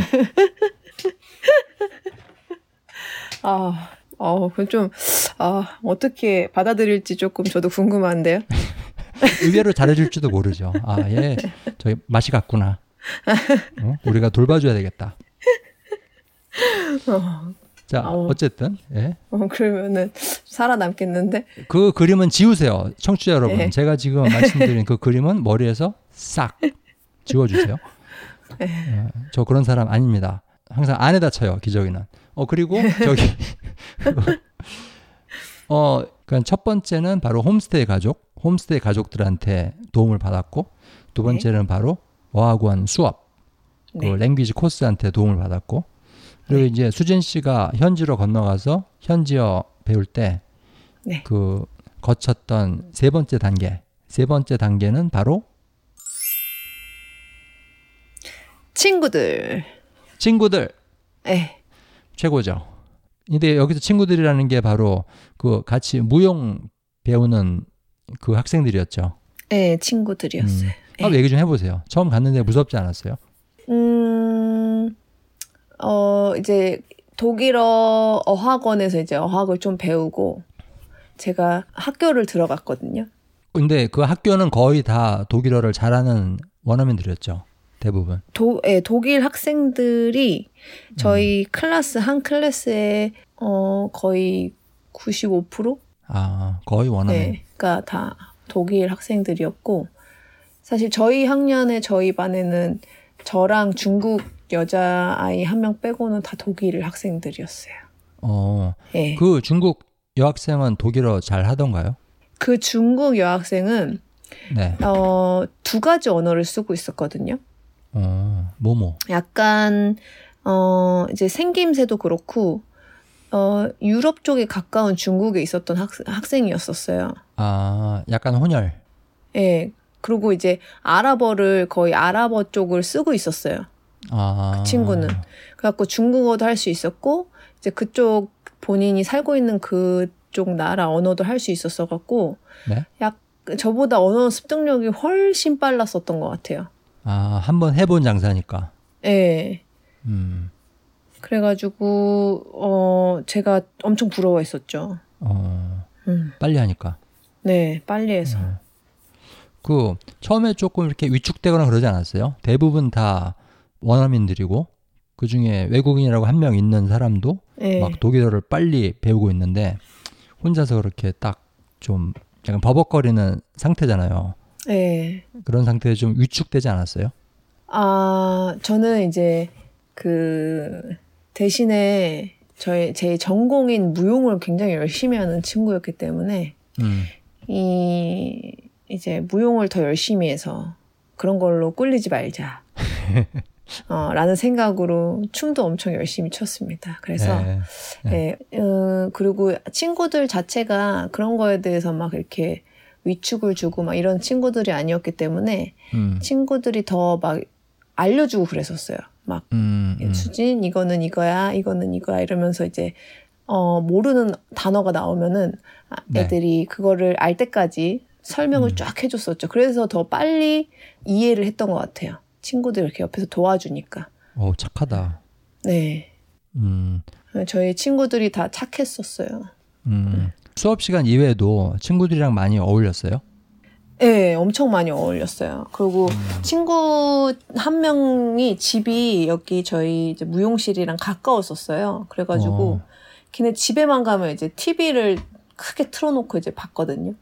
Speaker 2: 아, 어, 그건 좀, 아, 어떻게 받아들일지 조금 저도 궁금한데요.
Speaker 1: 의외로 잘해줄지도 모르죠. 아, 얘, 저기 맛이 같구나. 어? 우리가 돌봐줘야 되겠다.
Speaker 2: 어,
Speaker 1: 자,
Speaker 2: 아우.
Speaker 1: 어쨌든, 예.
Speaker 2: 어, 그러면은 살아남겠는데?
Speaker 1: 그 그림은 지우세요. 청취자 여러분.
Speaker 2: 예.
Speaker 1: 제가 지금 말씀드린 그 그림은 머리에서 싹 지워주세요. 예, 저 그런 사람 아닙니다. 항상 안에다 쳐요, 기저귀는. 어, 그리고 저기. 어, 그러니까 첫 번째는 바로 홈스테이 가족, 홈스테이 가족들한테 도움을 받았고, 두 번째는 바로 어학원 수업, 그
Speaker 2: 네.
Speaker 1: 랭귀지 코스한테 도움을 받았고 그리고
Speaker 2: 네.
Speaker 1: 이제 수진 씨가 현지로 건너가서 현지어 배울 때 그
Speaker 2: 네.
Speaker 1: 거쳤던 세 번째 단계 세 번째 단계는 바로
Speaker 2: 친구들.
Speaker 1: 친구들
Speaker 2: 예.
Speaker 1: 최고죠. 근데 여기서 친구들이라는 게 바로 그 같이 무용 배우는 그 학생들이었죠.
Speaker 2: 예,
Speaker 1: 음.
Speaker 2: 친구들이었어요. 네.
Speaker 1: 한번 얘기 좀 해보세요. 처음 갔는데 무섭지 않았어요?
Speaker 2: 음, 어, 이제 독일어 어학원에서 이제 어학을 좀 배우고, 제가 학교를 들어갔거든요.
Speaker 1: 근데 그 학교는 거의 다 독일어를 잘하는 원어민들이었죠. 대부분.
Speaker 2: 도, 예, 독일 학생들이 저희 클래스, 한 클래스에, 어, 거의 95%?
Speaker 1: 아 거의 원어민.
Speaker 2: 네, 그러니까 다 독일 학생들이었고 사실 저희 학년에 저희 반에는 저랑 중국 여자 아이 한 명 빼고는 다 독일 학생들이었어요.
Speaker 1: 어,
Speaker 2: 예. 그,
Speaker 1: 그 중국 여학생은 독일어 잘 하던가요?
Speaker 2: 그 중국 여학생은
Speaker 1: 네.
Speaker 2: 어, 두 가지 언어를 쓰고 있었거든요.
Speaker 1: 어, 뭐뭐.
Speaker 2: 약간 어, 이제 생김새도 그렇고 어, 유럽 쪽에 가까운 중국에 있었던 학, 학생이었었어요.
Speaker 1: 아, 약간 혼혈.
Speaker 2: 예. 그리고 이제 아랍어를 거의 아랍어 쪽을 쓰고 있었어요.
Speaker 1: 아.
Speaker 2: 그 친구는. 그래갖고 중국어도 할 수 있었고 이제 그쪽 본인이 살고 있는 그쪽 나라 언어도 할 수 있었어갖고
Speaker 1: 네?
Speaker 2: 약 저보다 언어 습득력이 훨씬 빨랐었던 것 같아요.
Speaker 1: 아, 한번 해본 장사니까.
Speaker 2: 예.
Speaker 1: 음.
Speaker 2: 그래가지고 어 제가 엄청 부러워했었죠.
Speaker 1: 어,
Speaker 2: 음.
Speaker 1: 빨리 하니까.
Speaker 2: 네, 빨리 해서.
Speaker 1: 음. 그 처음에 조금 이렇게 위축되거나 그러지 않았어요? 대부분 다 원어민들이고 그 중에 외국인이라고 한 명 있는 사람도
Speaker 2: 예.
Speaker 1: 막 독일어를 빨리 배우고 있는데 혼자서 그렇게 딱 좀 약간 버벅거리는 상태잖아요.
Speaker 2: 예.
Speaker 1: 그런 상태에 좀 위축되지 않았어요?
Speaker 2: 아 저는 이제 그 대신에 저의 제 전공인 무용을 굉장히 열심히 하는 친구였기 때문에
Speaker 1: 음.
Speaker 2: 이 이제 무용을 더 열심히 해서 그런 걸로 꿀리지 말자. 어, 라는 생각으로 춤도 엄청 열심히 췄습니다. 그래서
Speaker 1: 예.
Speaker 2: 예, 어, 그리고 친구들 자체가 그런 거에 대해서 막 이렇게 위축을 주고 막 이런 친구들이 아니었기 때문에
Speaker 1: 음.
Speaker 2: 친구들이 더 막 알려주고 그랬었어요. 막
Speaker 1: 음, 음.
Speaker 2: 수진 예, 이거는 이거야, 이거는 이거야 이러면서 이제 어, 모르는 단어가 나오면은 아,
Speaker 1: 네.
Speaker 2: 애들이 그거를 알 때까지 설명을
Speaker 1: 음.
Speaker 2: 쫙 해줬었죠. 그래서 더 빨리 이해를 했던 것 같아요. 친구들 이렇게 옆에서 도와주니까.
Speaker 1: 오 어, 착하다.
Speaker 2: 네.
Speaker 1: 음,
Speaker 2: 저희 친구들이 다 착했었어요.
Speaker 1: 음. 수업 시간 이외에도 친구들이랑 많이 어울렸어요?
Speaker 2: 네, 엄청 많이 어울렸어요. 그리고 친구 한 명이 집이 여기 저희 이제 무용실이랑 가까웠었어요. 그래가지고
Speaker 1: 어,
Speaker 2: 걔네 집에만 가면 이제 TV를 크게 틀어놓고 이제 봤거든요.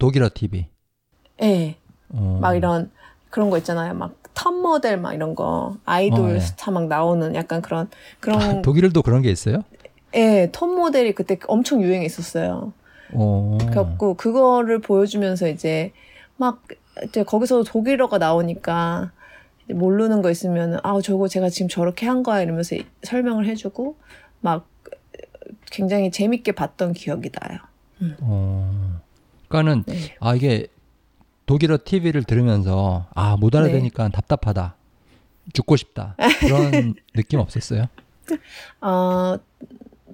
Speaker 1: 독일어 TV.
Speaker 2: 예,
Speaker 1: 어,
Speaker 2: 막 이런 그런 거 있잖아요. 막 top 모델 막 이런 거 아이돌
Speaker 1: 어, 예.
Speaker 2: 스타 막 나오는 약간 그런 그런
Speaker 1: 독일도 그런 게 있어요?
Speaker 2: 예, 톱 모델이 그때 엄청 유행했었어요.
Speaker 1: 어.
Speaker 2: 겪고 그거를 보여주면서 이제 막 이제 거기서 독일어가 나오니까 이제 모르는 거 있으면 아 저거 제가 지금 저렇게 한 거야 이러면서 설명을 해주고 막 굉장히 재밌게 봤던 기억이 나요.
Speaker 1: 어. 그러니까는
Speaker 2: 네.
Speaker 1: 아 이게 독일어 TV를 들으면서 아
Speaker 2: 네.
Speaker 1: 못 알아듣니까 답답하다. 죽고 싶다. 그런 느낌 없었어요?
Speaker 2: 어,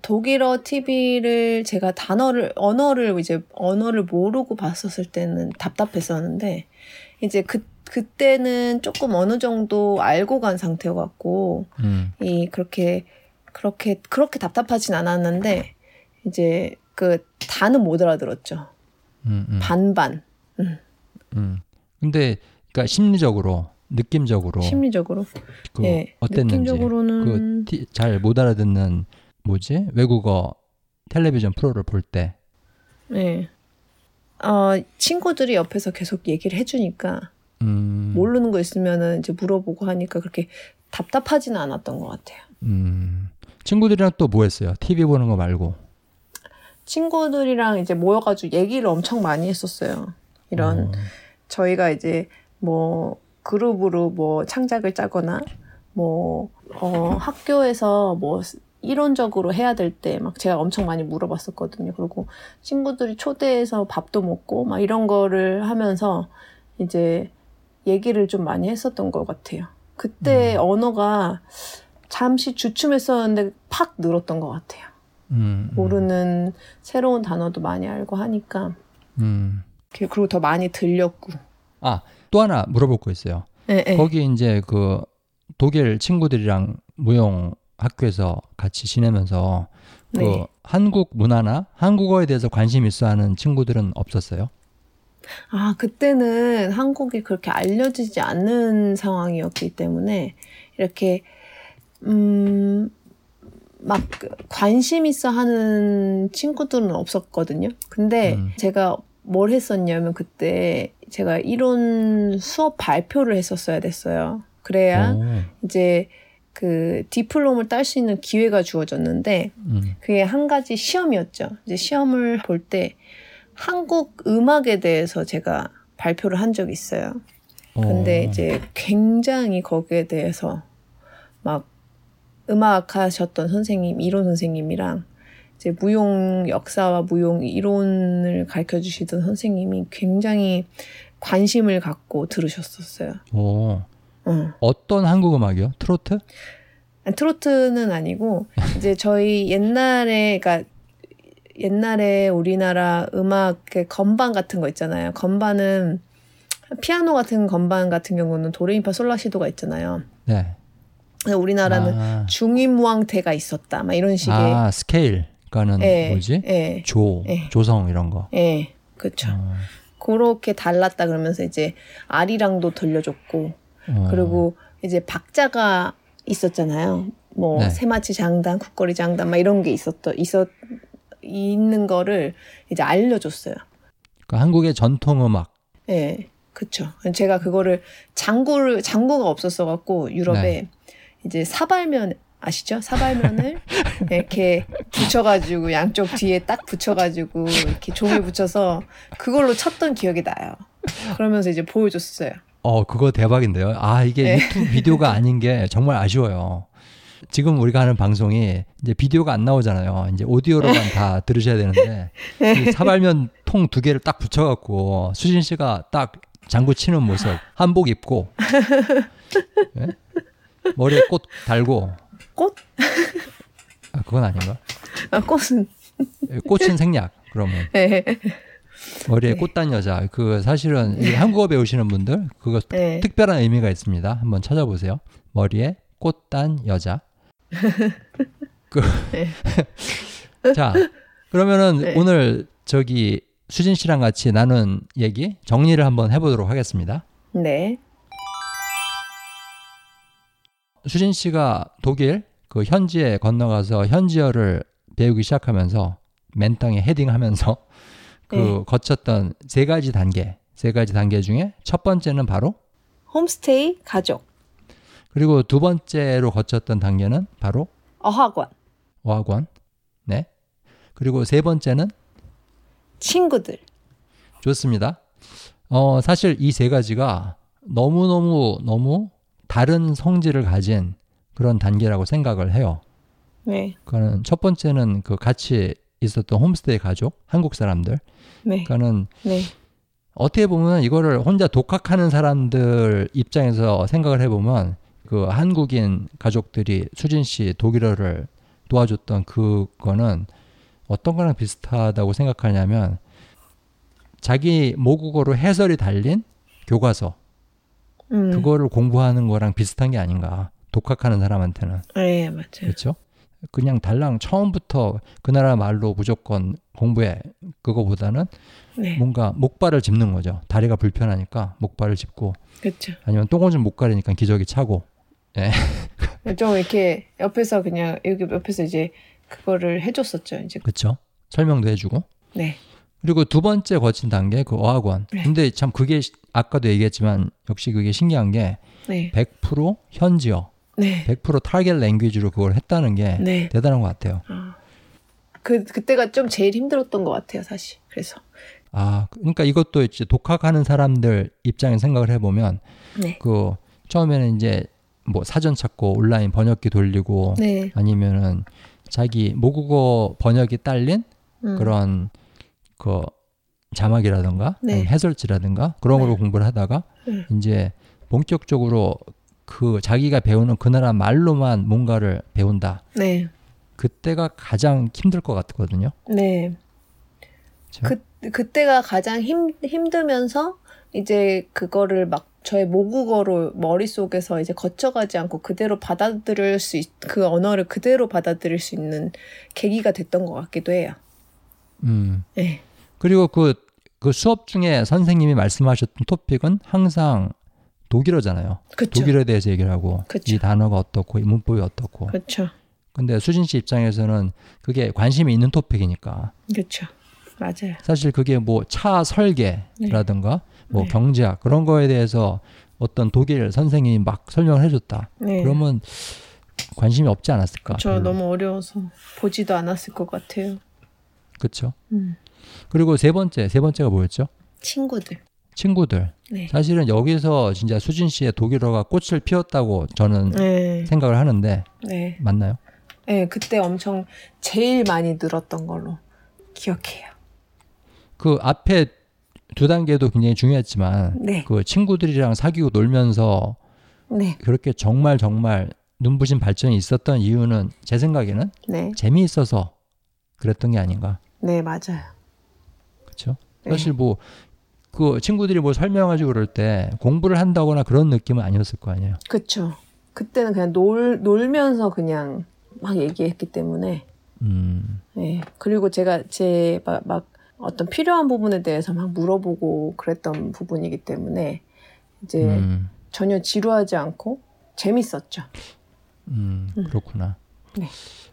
Speaker 2: 독일어 TV를 제가 단어를 언어를 이제 언어를 모르고 봤었을 때는 답답했었는데 이제 그 그때는 조금 어느 정도 알고 간 상태여갖고
Speaker 1: 음.
Speaker 2: 이 그렇게 그렇게 그렇게 답답하진 않았는데 이제 그 다는 못 알아들었죠.
Speaker 1: 음, 음,
Speaker 2: 반반
Speaker 1: 음. 근데 그러니까 심리적으로 느낌적으로
Speaker 2: 심리적으로.
Speaker 1: 어. 그
Speaker 2: 예.
Speaker 1: 어땠는지
Speaker 2: 느낌적으로는
Speaker 1: 그 잘 못 알아듣는 뭐지 외국어 텔레비전 프로를 볼 때그
Speaker 2: 예. 어, 친구들이 옆에서 계속 얘기를 해주니까
Speaker 1: 음,
Speaker 2: 모르는 거 있으면은 이제 물어보고 하니까 그렇게 답답하지는 않았던 것 같아요.
Speaker 1: 음, 친구들이랑 또 뭐 했어요? TV 보는 거 말고
Speaker 2: 친구들이랑 이제 모여가지고 얘기를 엄청 많이 했었어요. 이런
Speaker 1: 어,
Speaker 2: 저희가 이제 뭐 그룹으로 뭐 창작을 짜거나 뭐 어, 학교에서 뭐 이론적으로 해야 될 때 막 제가 엄청 많이 물어봤었거든요. 그리고 친구들이 초대해서 밥도 먹고 막 이런 거를 하면서 이제 얘기를 좀 많이 했었던 것 같아요. 그때
Speaker 1: 음.
Speaker 2: 언어가 잠시 주춤했었는데 팍 늘었던 것 같아요.
Speaker 1: 음, 음,
Speaker 2: 모르는 새로운 단어도 많이 알고 하니까
Speaker 1: 음.
Speaker 2: 그리고 더 많이 들렸고.
Speaker 1: 또 하나 물어볼 거 있어요.
Speaker 2: 예, 예.
Speaker 1: 거기 이제 그 독일 친구들이랑 무용 학교에서 같이 지내면서 그
Speaker 2: 네.
Speaker 1: 한국 문화나 한국어에 대해서 관심 있어하는 친구들은 없었어요?
Speaker 2: 아, 그때는 한국이 그렇게 알려지지 않는 상황이었기 때문에 이렇게 음, 막 관심 있어 하는 친구들은 없었거든요. 근데
Speaker 1: 음.
Speaker 2: 제가 뭘 했었냐면 그때 제가 이론 수업 발표를 했었어야 됐어요. 그래야
Speaker 1: 오,
Speaker 2: 이제 그 디플롬을 딸 수 있는 기회가 주어졌는데
Speaker 1: 음,
Speaker 2: 그게 한 가지 시험이었죠. 이제 시험을 볼 때 한국 음악에 대해서 제가 발표를 한 적이 있어요.
Speaker 1: 어.
Speaker 2: 근데 이제 굉장히 거기에 대해서 막 음악 하셨던 선생님, 이론 선생님이랑 이제 무용 역사와 무용 이론을 가르쳐 주시던 선생님이 굉장히 관심을 갖고 들으셨었어요.
Speaker 1: 오.
Speaker 2: 응.
Speaker 1: 어떤 한국 음악이요? 트로트?
Speaker 2: 아니, 트로트는 아니고 이제 저희 옛날에 그러니까 옛날에 우리나라 음악의 건반 같은 거 있잖아요. 건반은 피아노 같은 건반 같은 경우는 도레미파 솔라시도가 있잖아요.
Speaker 1: 네.
Speaker 2: 그래서 우리나라는
Speaker 1: 아,
Speaker 2: 중임왕태가 있었다. 막 이런 식의
Speaker 1: 아, 스케일. 그러니까는
Speaker 2: 예,
Speaker 1: 뭐지?
Speaker 2: 예.
Speaker 1: 조,
Speaker 2: 예.
Speaker 1: 조성 이런 거.
Speaker 2: 예. 그렇죠.
Speaker 1: 어,
Speaker 2: 그렇게 달랐다 그러면서 이제 아리랑도 돌려줬고
Speaker 1: 어.
Speaker 2: 그리고 이제 박자가 있었잖아요. 뭐
Speaker 1: 네.
Speaker 2: 새마치 장단, 국거리 장단 막 이런 게 있었던 있었 있는 거를 이제 알려줬어요.
Speaker 1: 그러니까 한국의 전통 음악.
Speaker 2: 예, 그쵸. 제가 그거를 장구를 장구가 없었어 갖고 유럽에
Speaker 1: 네.
Speaker 2: 이제 사발면 아시죠? 사발면을 이렇게 붙여가지고 양쪽 뒤에 딱 붙여가지고 이렇게 종을 붙여서 그걸로 쳤던 기억이 나요. 그러면서 이제 보여줬어요.
Speaker 1: 어, 그거 대박인데요. 아, 이게
Speaker 2: 네.
Speaker 1: 유튜브 비디오가 아닌 게 정말 아쉬워요. 지금 우리가 하는 방송이 이제 비디오가 안 나오잖아요. 이제 오디오로만 다 들으셔야 되는데
Speaker 2: 네.
Speaker 1: 이 사발면 통 두 개를 딱 붙여갖고 수진 씨가 딱 장구 치는 모습, 한복 입고 예? 머리에 꽃 달고
Speaker 2: 꽃?
Speaker 1: 아, 그건 아닌가?
Speaker 2: 아, 꽃은
Speaker 1: 예, 꽃은 생략 그러면
Speaker 2: 네.
Speaker 1: 머리에 꽃단 여자 그 사실은 이 한국어 배우시는 분들 그거
Speaker 2: 네.
Speaker 1: 특별한 의미가 있습니다. 한번 찾아보세요. 머리에 꽃단 여자. 그- 자 그러면은
Speaker 2: 네.
Speaker 1: 오늘 저기 수진 씨랑 같이 나눈 얘기 정리를 한번 해보도록 하겠습니다.
Speaker 2: 네.
Speaker 1: 수진 씨가 독일 그 현지에 건너가서 현지어를 배우기 시작하면서 맨땅에 헤딩하면서 그
Speaker 2: 네.
Speaker 1: 거쳤던 세 가지 단계 세 가지 단계 중에 첫 번째는 바로
Speaker 2: 홈스테이 가족
Speaker 1: 그리고 두 번째로 거쳤던 단계는 바로
Speaker 2: 어학원
Speaker 1: 어학원 네 그리고 세 번째는
Speaker 2: 친구들
Speaker 1: 좋습니다. 어 사실 이 세 가지가 너무 너무 너무 다른 성질을 가진 그런 단계라고 생각을 해요.
Speaker 2: 네.
Speaker 1: 그거는 첫 번째는 그 같이 있었던 홈스테이 가족 한국 사람들
Speaker 2: 네.
Speaker 1: 그거는
Speaker 2: 네.
Speaker 1: 어떻게 보면 이거를 혼자 독학하는 사람들 입장에서 생각을 해보면 그 한국인 가족들이 수진 씨 독일어를 도와줬던 그거는 어떤 거랑 비슷하다고 생각하냐면 자기 모국어로 해설이 달린 교과서
Speaker 2: 음.
Speaker 1: 그거를 공부하는 거랑 비슷한 게 아닌가 독학하는 사람한테는
Speaker 2: 네, 맞아요.
Speaker 1: 그렇죠? 그냥 달랑 처음부터 그 나라 말로 무조건 공부해 그거보다는 뭐
Speaker 2: 네.
Speaker 1: 뭔가 목발을 짚는 거죠. 다리가 불편하니까 목발을 짚고
Speaker 2: 그렇죠.
Speaker 1: 아니면 똥오줌 못 가리니까 기저귀 차고 뭐
Speaker 2: 네, 좀 이렇게 옆에서 그냥 여기 옆에서 이제 그거를 해줬었죠. 이제
Speaker 1: 그렇죠? 설명도 해주고
Speaker 2: 네.
Speaker 1: 그리고 두 번째 거친 단계 그 어학원.
Speaker 2: 네.
Speaker 1: 근데 참 그게 시- 아까도 얘기했지만 역시 그게 신기한 게 100%
Speaker 2: 네.
Speaker 1: 현지어,
Speaker 2: 네.
Speaker 1: 100% 타겟 랭귀지로 그걸 했다는 게
Speaker 2: 네.
Speaker 1: 대단한 것 같아요.
Speaker 2: 그 그때가 좀 제일 힘들었던 것 같아요, 사실. 그래서
Speaker 1: 아, 그러니까 이것도 이제 독학하는 사람들 입장에 생각을 해보면
Speaker 2: 네.
Speaker 1: 그 처음에는 이제 뭐 사전 찾고 온라인 번역기 돌리고
Speaker 2: 네.
Speaker 1: 아니면은 자기 모국어 번역이 딸린
Speaker 2: 음.
Speaker 1: 그런 그 자막이라든가
Speaker 2: 네.
Speaker 1: 아니면 해설지라든가 그런 걸로 공부를 하다가
Speaker 2: 네.
Speaker 1: 이제 본격적으로 그 자기가 배우는 그 나라 말로만 뭔가를 배운다.
Speaker 2: 네.
Speaker 1: 그때가 가장 힘들 것 같거든요.
Speaker 2: 네.
Speaker 1: 그쵸?
Speaker 2: 그 그때가 가장 힘 힘들면서 이제 그거를 막 저의 모국어로 머릿속에서 이제 거쳐가지 않고 그대로 받아들일 수, 있, 그 언어를 그대로 받아들일 수 있는 계기가 됐던 것 같기도 해요.
Speaker 1: 음.
Speaker 2: 네.
Speaker 1: 그리고 그, 그 수업 중에 선생님이 말씀하셨던 토픽은 항상 독일어잖아요.
Speaker 2: 그쵸.
Speaker 1: 독일어에 대해서 얘기를 하고
Speaker 2: 그쵸.
Speaker 1: 이 단어가 어떻고 이 문법이 어떻고.
Speaker 2: 그렇죠.
Speaker 1: 근데 수진 씨 입장에서는 그게 관심이 있는 토픽이니까
Speaker 2: 그렇죠. 맞아요.
Speaker 1: 사실 그게 뭐 차 설계라든가 뭐
Speaker 2: 네.
Speaker 1: 경제학 그런 거에 대해서 어떤 독일 선생님이 막 설명을 해줬다.
Speaker 2: 네.
Speaker 1: 그러면 관심이 없지 않았을까?
Speaker 2: 저 너무 어려워서 보지도 않았을 것 같아요.
Speaker 1: 그렇죠.
Speaker 2: 음.
Speaker 1: 그리고 세 번째 세 번째가 뭐였죠?
Speaker 2: 친구들.
Speaker 1: 친구들.
Speaker 2: 네.
Speaker 1: 사실은 여기서 진짜 수진 씨의 독일어가 꽃을 피웠다고 저는
Speaker 2: 네.
Speaker 1: 생각을 하는데
Speaker 2: 네.
Speaker 1: 맞나요?
Speaker 2: 네. 그때 엄청 제일 많이 늘었던 걸로 기억해요.
Speaker 1: 그 앞에 두 단계도 굉장히 중요했지만
Speaker 2: 네.
Speaker 1: 그 친구들이랑 사귀고 놀면서
Speaker 2: 네.
Speaker 1: 그렇게 정말 정말 눈부신 발전이 있었던 이유는 제 생각에는
Speaker 2: 네.
Speaker 1: 재미있어서 그랬던 게 아닌가.
Speaker 2: 네, 맞아요.
Speaker 1: 그렇죠?
Speaker 2: 네.
Speaker 1: 사실 뭐 그 친구들이 뭐 설명하지고 그럴 때 공부를 한다거나 그런 느낌은 아니었을 거 아니에요.
Speaker 2: 그쵸. 그때는 그냥 놀, 놀면서 그냥 막 얘기했기 때문에.
Speaker 1: 음.
Speaker 2: 네. 그리고 제가 제, 막, 막 어떤 필요한 부분에 대해서 막 물어보고 그랬던 부분이기 때문에 이제
Speaker 1: 음.
Speaker 2: 전혀 지루하지 않고 재밌었죠.
Speaker 1: 음,
Speaker 2: 음.
Speaker 1: 그렇구나.
Speaker 2: 네.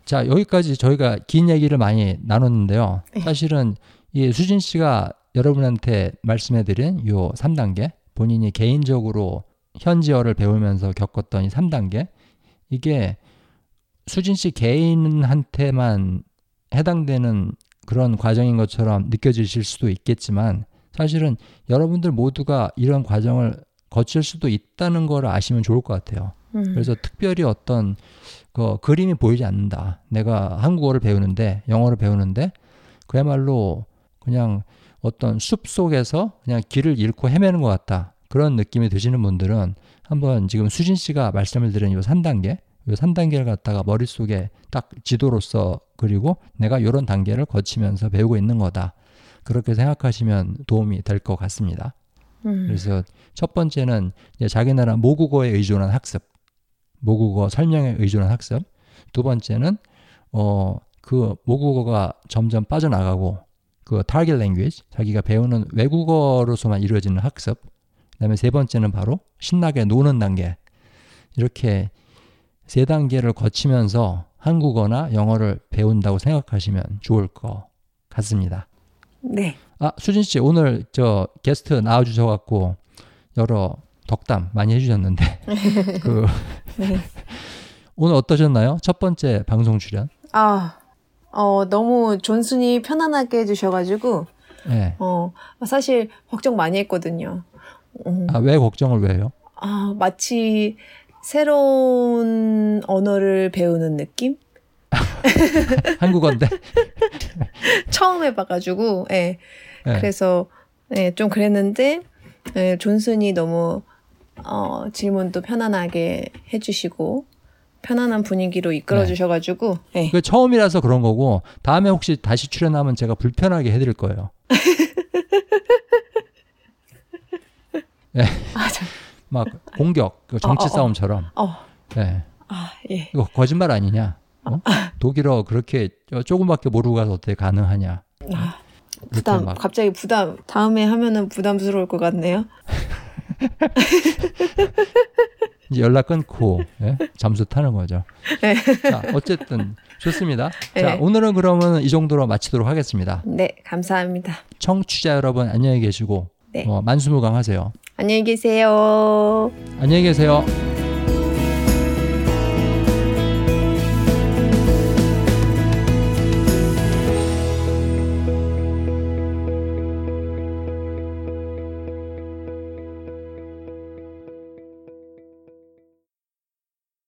Speaker 1: 자, 여기까지 저희가 긴 얘기를 많이 나눴는데요.
Speaker 2: 네.
Speaker 1: 사실은 이 수진 씨가 여러분한테 말씀해드린 요 3단계, 본인이 개인적으로 현지어를 배우면서 겪었던 이 3단계, 이게 수진 씨 개인한테만 해당되는 그런 과정인 것처럼 느껴지실 수도 있겠지만, 사실은 여러분들 모두가 이런 과정을 거칠 수도 있다는 걸 아시면 좋을 것 같아요.
Speaker 2: 음.
Speaker 1: 그래서 특별히 어떤 그 그림이 보이지 않는다. 내가 한국어를 배우는데 영어를 배우는데 그야말로 그냥 어떤 숲 속에서 그냥 길을 잃고 헤매는 것 같다. 그런 느낌이 드시는 분들은 한번 지금 수진 씨가 말씀을 드린 요 3단계, 요 3단계를 갖다가 머릿속에 딱 지도로서 그리고 내가 요런 단계를 거치면서 배우고 있는 거다. 그렇게 생각하시면 도움이 될 것 같습니다.
Speaker 2: 음.
Speaker 1: 그래서 첫 번째는 이제 자기 나라 모국어에 의존한 학습, 모국어 설명에 의존한 학습. 두 번째는 어 그 모국어가 점점 빠져나가고 그 target language 자기가 배우는 외국어로서만 이루어지는 학습. 그다음에 세 번째는 바로 신나게 노는 단계. 이렇게 세 단계를 거치면서 한국어나 영어를 배운다고 생각하시면 좋을 것 같습니다.
Speaker 2: 네.
Speaker 1: 아 수진 씨 오늘 저 게스트 나와주셔갖고 여러 덕담 많이 해주셨는데 그
Speaker 2: 네.
Speaker 1: 오늘 어떠셨나요? 첫 번째 방송 출연.
Speaker 2: 아, 어, 너무 존슨이 편안하게 해주셔가지고,
Speaker 1: 예.
Speaker 2: 어, 사실 걱정 많이 했거든요. 음,
Speaker 1: 아, 왜 걱정을 왜 해요?
Speaker 2: 아, 마치 새로운 언어를 배우는 느낌?
Speaker 1: 한국어인데.
Speaker 2: 처음 해봐가지고, 예.
Speaker 1: 예.
Speaker 2: 그래서, 예, 좀 그랬는데, 예, 존슨이 너무, 어, 질문도 편안하게 해주시고, 편안한 분위기로 이끌어
Speaker 1: 네.
Speaker 2: 주셔가지고, 예.
Speaker 1: 그 처음이라서 그런 거고 다음에 혹시 다시 출연하면 제가 불편하게 해드릴 거예요.
Speaker 2: 아, 참.
Speaker 1: 막 공격, 그 정치
Speaker 2: 어, 어, 어.
Speaker 1: 싸움처럼.
Speaker 2: 어,
Speaker 1: 예.
Speaker 2: 아, 예.
Speaker 1: 이거 거짓말 아니냐? 어? 독일어 그렇게 저- 조금밖에 모르고 가서 어떻게 가능하냐?
Speaker 2: 아,
Speaker 1: 이렇게
Speaker 2: 부담,
Speaker 1: 막-
Speaker 2: 갑자기 부담, 다음에 하면은 부담스러울 것 같네요.
Speaker 1: 이제 연락 끊고 예? 잠수 타는 거죠.
Speaker 2: 네.
Speaker 1: 자, 어쨌든 좋습니다. 자,
Speaker 2: 네.
Speaker 1: 오늘은 그러면 이 정도로 마치도록 하겠습니다.
Speaker 2: 네, 감사합니다.
Speaker 1: 청취자 여러분 안녕히 계시고
Speaker 2: 네.
Speaker 1: 어, 만수무강하세요.
Speaker 2: 안녕히 계세요.
Speaker 1: 안녕히 계세요.